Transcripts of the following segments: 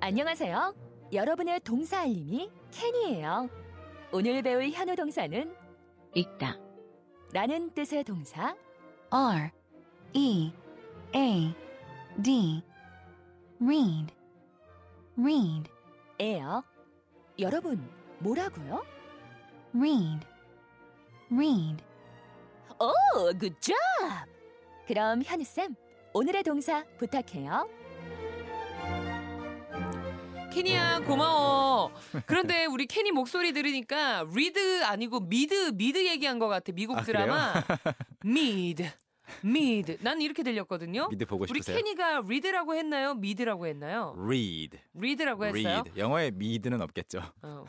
안녕하세요. 여러분의 동사 알림이 캔이에요. 오늘 배울 현우 동사는 읽다. 라는 뜻의 동사 R E A D read read 에요. 여러분, 뭐라고요? read read 오, 굿잡! 그럼 현우쌤, 오늘의 동사 부탁해요. 네. 케니야 고마워. 그런데 우리 케니 목소리 들으니까 리드 아니고 미드 미드 얘기한 것 같아 미국 아, 그래요? 드라마 미드 미드 난 이렇게 들렸거든요. 미드 보고 우리 싶으세요? 케니가 리드라고 했나요? 미드라고 했나요? read. 리드라고 했어요. read. 영어에 미드는 없겠죠. 어,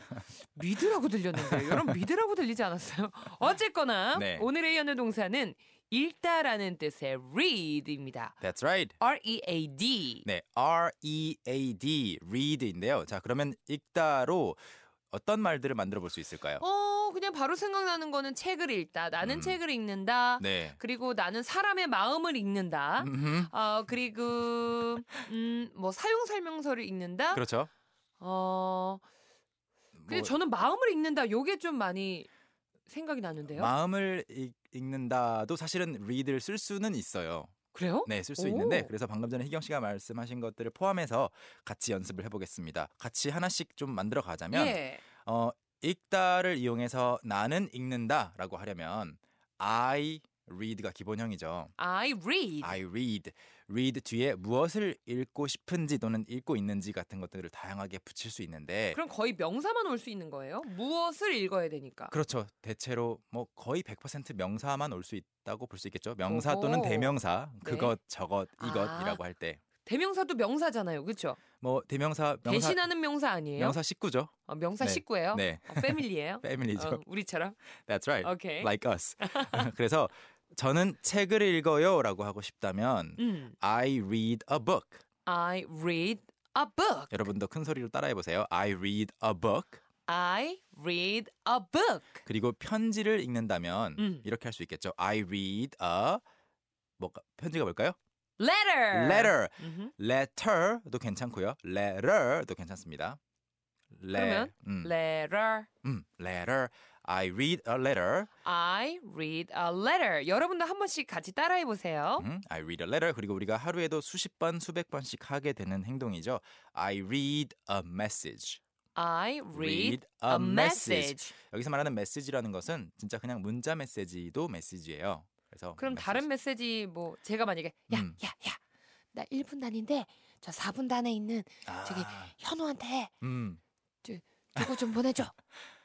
미드라고 들렸는데 여러분 미드라고 들리지 않았어요? 어쨌거나 네. 오늘의 연어 동사는 읽다라는 뜻의 read입니다. That's right. R E A D. 네, R E A D read인데요. 자, 그러면 읽다로 어떤 말들을 만들어 볼 수 있을까요? 어 그냥 바로 생각나는 거는 책을 읽다. 나는 음. 책을 읽는다. 네. 그리고 나는 사람의 마음을 읽는다. 음흠. 어, 그리고 음, 뭐 사용 설명서를 읽는다. 그렇죠. 어, 근데 뭐, 저는 마음을 읽는다. 요게 좀 많이 생각이 나는데요. 마음을 읽, 읽는다도 사실은 read를 쓸 수는 있어요. 그래요? 네, 쓸 수 오. 있는데 그래서 방금 전에 희경 씨가 말씀하신 것들을 포함해서 같이 연습을 해보겠습니다. 같이 하나씩 좀 만들어 가자면 예. 어, 읽다를 이용해서 나는 읽는다라고 하려면 I read가 기본형이죠. I read. I read. read 뒤에 무엇을 읽고 싶은지 또는 읽고 있는지 같은 것들을 다양하게 붙일 수 있는데 그럼 거의 명사만 올 수 있는 거예요? 무엇을 읽어야 되니까. 그렇죠. 대체로 뭐 거의 100% 명사만 올 수 있다고 볼 수 있겠죠. 명사 오호. 또는 대명사 네. 그것 저것 아. 이것이라고 할 때 뭐 대명사도 명사잖아요. 그렇죠? 대명사 명사 대신하는 명사 아니에요? 명사 식구죠. 어, 명사 네. 식구예요? 네. 어, 패밀리예요? 패밀리죠. 어, 우리처럼. That's right. 오케이. Like us. 그래서 저는 책을 읽어요라고 하고 싶다면 음. I read a book. I read a book. 여러분도 큰 소리로 따라해 보세요. I read a book. I read a book. 그리고 편지를 읽는다면 음. 이렇게 할 수 있겠죠. I read a 뭐 편지가 뭘까요? Letter. letter. 음흠. letter도 괜찮고요. letter도 괜찮습니다. Le- 그러면 음, Letter. 음, letter. I read a letter. I read a letter. 여러분도 한 번씩 같이 따라해 보세요. 음, I read a letter. 그리고 우리가 하루에도 수십 번, 수백 번씩 하게 되는 행동이죠. I read a message. I read, read a a message. 여기서 말하는 메시지라는 것은 진짜 그냥 문자 메시지도 메시지예요. 그래서 그럼 메시지. 다른 메시지 뭐 제가 만약에 야, 음. 야, 야. 나 1분 단인데 저 4분 단에 있는 아, 저기 현우한테 음, 저거 좀 보내 줘.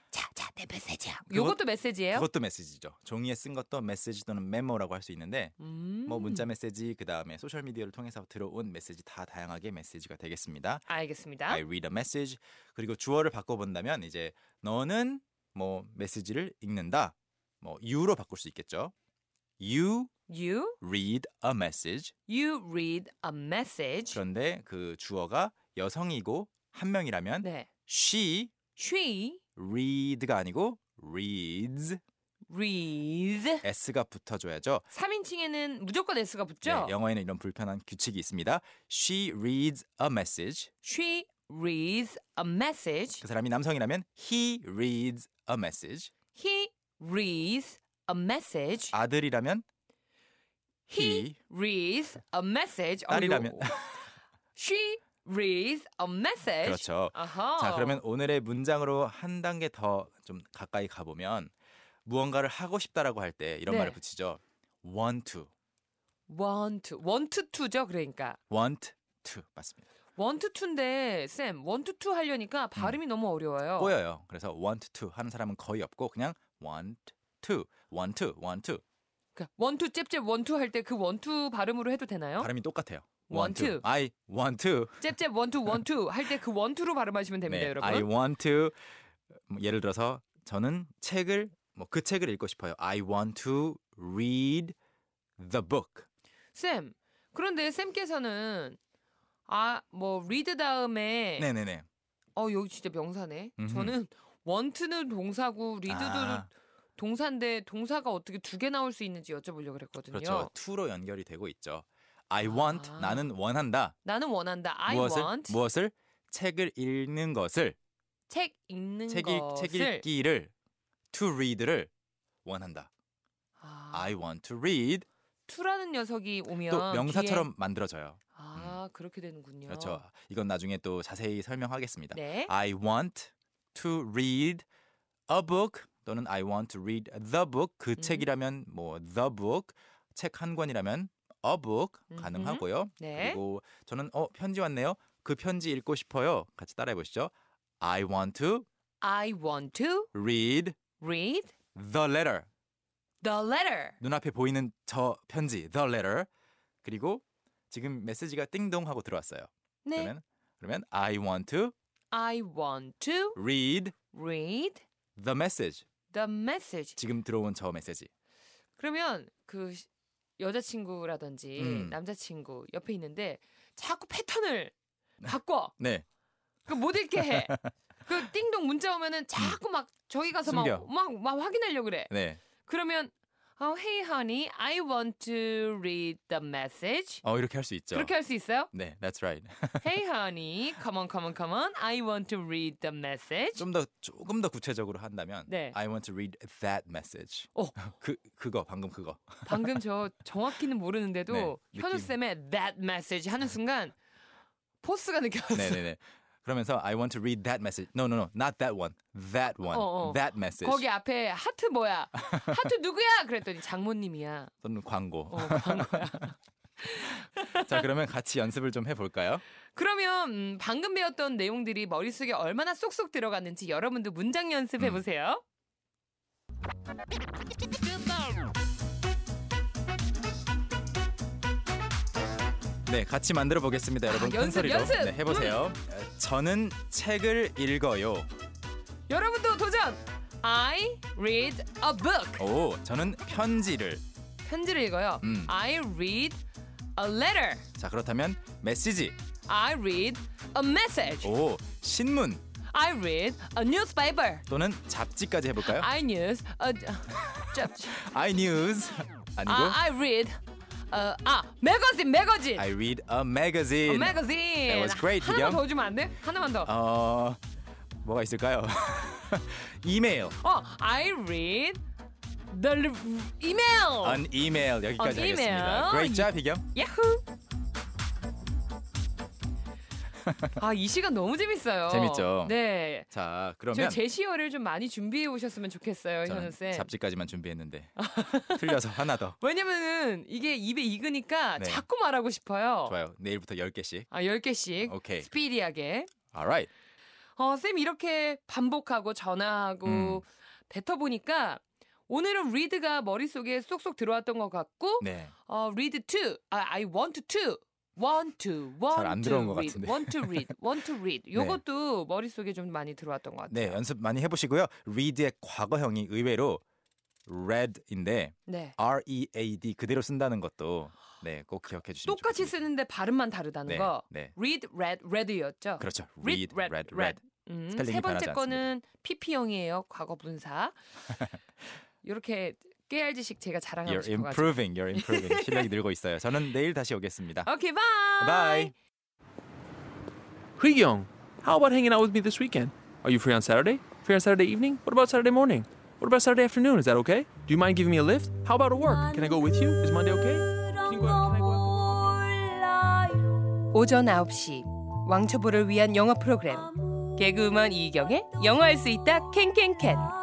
자, 자, 내 네, 메시지야. 요것도 메시지예요? 그것도 메시지죠. 종이에 쓴 것도 메시지 또는 메모라고 할 수 있는데 음. 뭐 문자 메시지 그 다음에 소셜 미디어를 통해서 들어온 메시지 다 다양하게 메시지가 되겠습니다. 알겠습니다. I read a message 그리고 주어를 바꿔본다면 이제 너는 뭐 메시지를 읽는다 뭐 you로 바꿀 수 있겠죠. You You read a message you read a message. 그런데 그 주어가 여성이고 한 명이라면 네. she She read가 아니고 reads reads. s가 붙어줘야죠. 3인칭에는 무조건 s가 네, 붙죠? 영어에는 이런 불편한 규칙이 있습니다. She reads a message. She reads a message. 그 사람이 남성이라면 he reads a message. He reads a message. 아들이라면 He reads a message. 어, 딸이라면. 요- She reads a message. 그렇죠. 아하. 자 그러면 오늘의 문장으로 한 단계 더 좀 가까이 가보면 무언가를 하고 싶다라고 할 때 이런 네. 말을 붙이죠. want to, want to, want to죠. 그러니까 want to 맞습니다. want to인데 쌤 want to 하려니까 발음이 너무 어려워요. 꼬여요. 그래서 want to 하는 사람은 거의 없고 그냥 want to, want to, want to 그러니까 want to 잽잽 want to 할 때 그 want to 발음으로 해도 되나요? 발음이 똑같아요. Want to. I want to. 잽잽 want to want to 할 때 그 want to로 발음하시면 됩니다, 네, 여러분. I want to 뭐 예를 들어서 저는 책을 뭐 그 책을 읽고 싶어요. I want to read the book. 쌤, 그런데 쌤께서는 아, 뭐 read 다음에 네, 네, 네. 어 여기 진짜 명사네. 음흠. 저는 want는 동사고 read도 아, 동사인데 동사가 어떻게 두 개 나올 수 있는지 여쭤보려고 그랬거든요. 그렇죠. to로 연결이 되고 있죠. I want 아. 나는 원한다. 나는 원한다. I 무엇을 want 무엇을 책을 읽는 것을 책 읽는 책, 읽, 것을 책 읽기를 to read를 원한다. 아, I want to read 투라는 녀석이 오면 또 뒤에- 명사처럼 만들어져요. 아 그렇게 되는군요. 그렇죠. 아. 이건 나중에 또 자세히 설명하겠습니다. 네. I want to read a book 또는 I want to read the book 그 음. 책이라면 뭐 the book 책 한 권이라면 a book 음흠. 가능하고요. 네. 그리고 저는 어 편지 왔네요. 그 편지 읽고 싶어요. 같이 따라해 보시죠. I want to I want to read read the letter. the letter. 눈앞에 보이는 저 편지 the letter. 그리고 지금 메시지가 띵동 하고 들어왔어요. 네. 그러면 그러면 I want to I want to read read the message. the message. 지금 들어온 저 메시지. 그러면 그 시- 여자친구라든지 음. 남자친구 옆에 있는데 자꾸 패턴을 바꿔. 네. 그 못 읽게 해. 그 띵동 문자 오면은 자꾸 막 저기 가서 숨겨. 막, 막, 막 확인하려고 그래. 네. 그러면 oh, Hey honey, I want to read the message. 어 이렇게 할 수 있죠. 그렇게 할 수 있어요? 네, that's right. Hey honey, come on, come on, come on. I want to read the message. 좀 더 조금 더 구체적으로 한다면 네. I want to read that message. 어. 그 그거 방금 그거. 방금 저 정확히는 모르는데도 네, 느낌. 현우 쌤의 that message 하는 순간 포스가 네, 느껴졌어요. 네, 네. 그러면서 I want to read that message. No, no, no. Not that one. That one. 어, 어. That message. 거기 앞에 하트 뭐야? 하트 누구야? 그랬더니 장모님이야. 또는 광고. 어, 광고야. 자, 그러면 같이 연습을 좀 해 볼까요? 그러면 음, 방금 배웠던 내용들이 머릿속에 얼마나 쏙쏙 들어갔는지 여러분도 문장 음. 연습해 보세요. 네, 같이 만들어 보겠습니다. 여러분 큰 아, 연습, 소리로 연습! 음. 네, 해 보세요. 저는 책을 읽어요. 여러분도 도전. I read a book. 오, 저는 편지를. 편지를 읽어요. 어. 음. I read a letter. 자, 그렇다면 메시지. I read a message. 오, 신문 I read a newspaper. 또는 잡지까지 해 볼까요? I news a 짭- I news 아니고 아, I read 어, 아 매거진 매거진. I read a magazine. 어, 매거진. That was great, 하나만 이경. 더 주면 안 돼? 하나만 더. 어 뭐가 있을까요? 이메일. 어, I read the re- email. An email 여기까지 An email. 하겠습니다. Great job 희경. 야후. 아, 이 시간 너무 재밌어요. 재밌죠? 네. 자 저 그러면 제시어를 좀 많이 준비해 오셨으면 좋겠어요, 현우 저는 쌤. 잡지까지만 준비했는데 어. 틀려서 하나 더. 왜냐면은 이게 입에 익으니까 네. 자꾸 말하고 싶어요. 좋아요. 내일부터 10개씩. 아, 10개씩 오케이. 스피디하게. Alright. 어, 쌤 이렇게 반복하고 전화하고 음. 뱉어보니까 오늘은 리드가 머릿속에 쏙쏙 들어왔던 것 같고 네. 어, read to. 아, I want to. want to. want 잘안 to 들어온 것 read, 같은데. want to read. want to read. 요것도 머릿속에 좀 많이 들어왔던 것 네 같아요. 연습 많이 해보시고요. Read의 과거형이 의외로 read인데 네. R E A D 그대로 쓴다는 것도 네꼭 기억해 주시면 똑같이 좋겠습니다. 쓰는데 발음만 다르다는 네, 거. 네. read, read, read였죠? 그렇죠. read, read, read, read. read. 음, 스펠링이 세 번째 변하지 거는 PP형이에요. 과거 분사. 이렇게 깨알지식 제가 자랑하고 You're 싶어가지고. improving. You're improving. 실력이 늘고 있어요. 저는 내일 다시 오겠습니다. 오케이, 바이. Bye. Young, how about hanging out with me this weekend? Are you free on Saturday? Free on Saturday evening? What about Saturday morning? What about Saturday afternoon? Is that okay? Do you mind giving me a lift? How about at work? Can I go with you? Is Monday okay? Can you go out, can I go out? 오전 9시 왕초보를 위한 영어 프로그램 개그우먼 이경의 영어할 수 있다 캔캔캔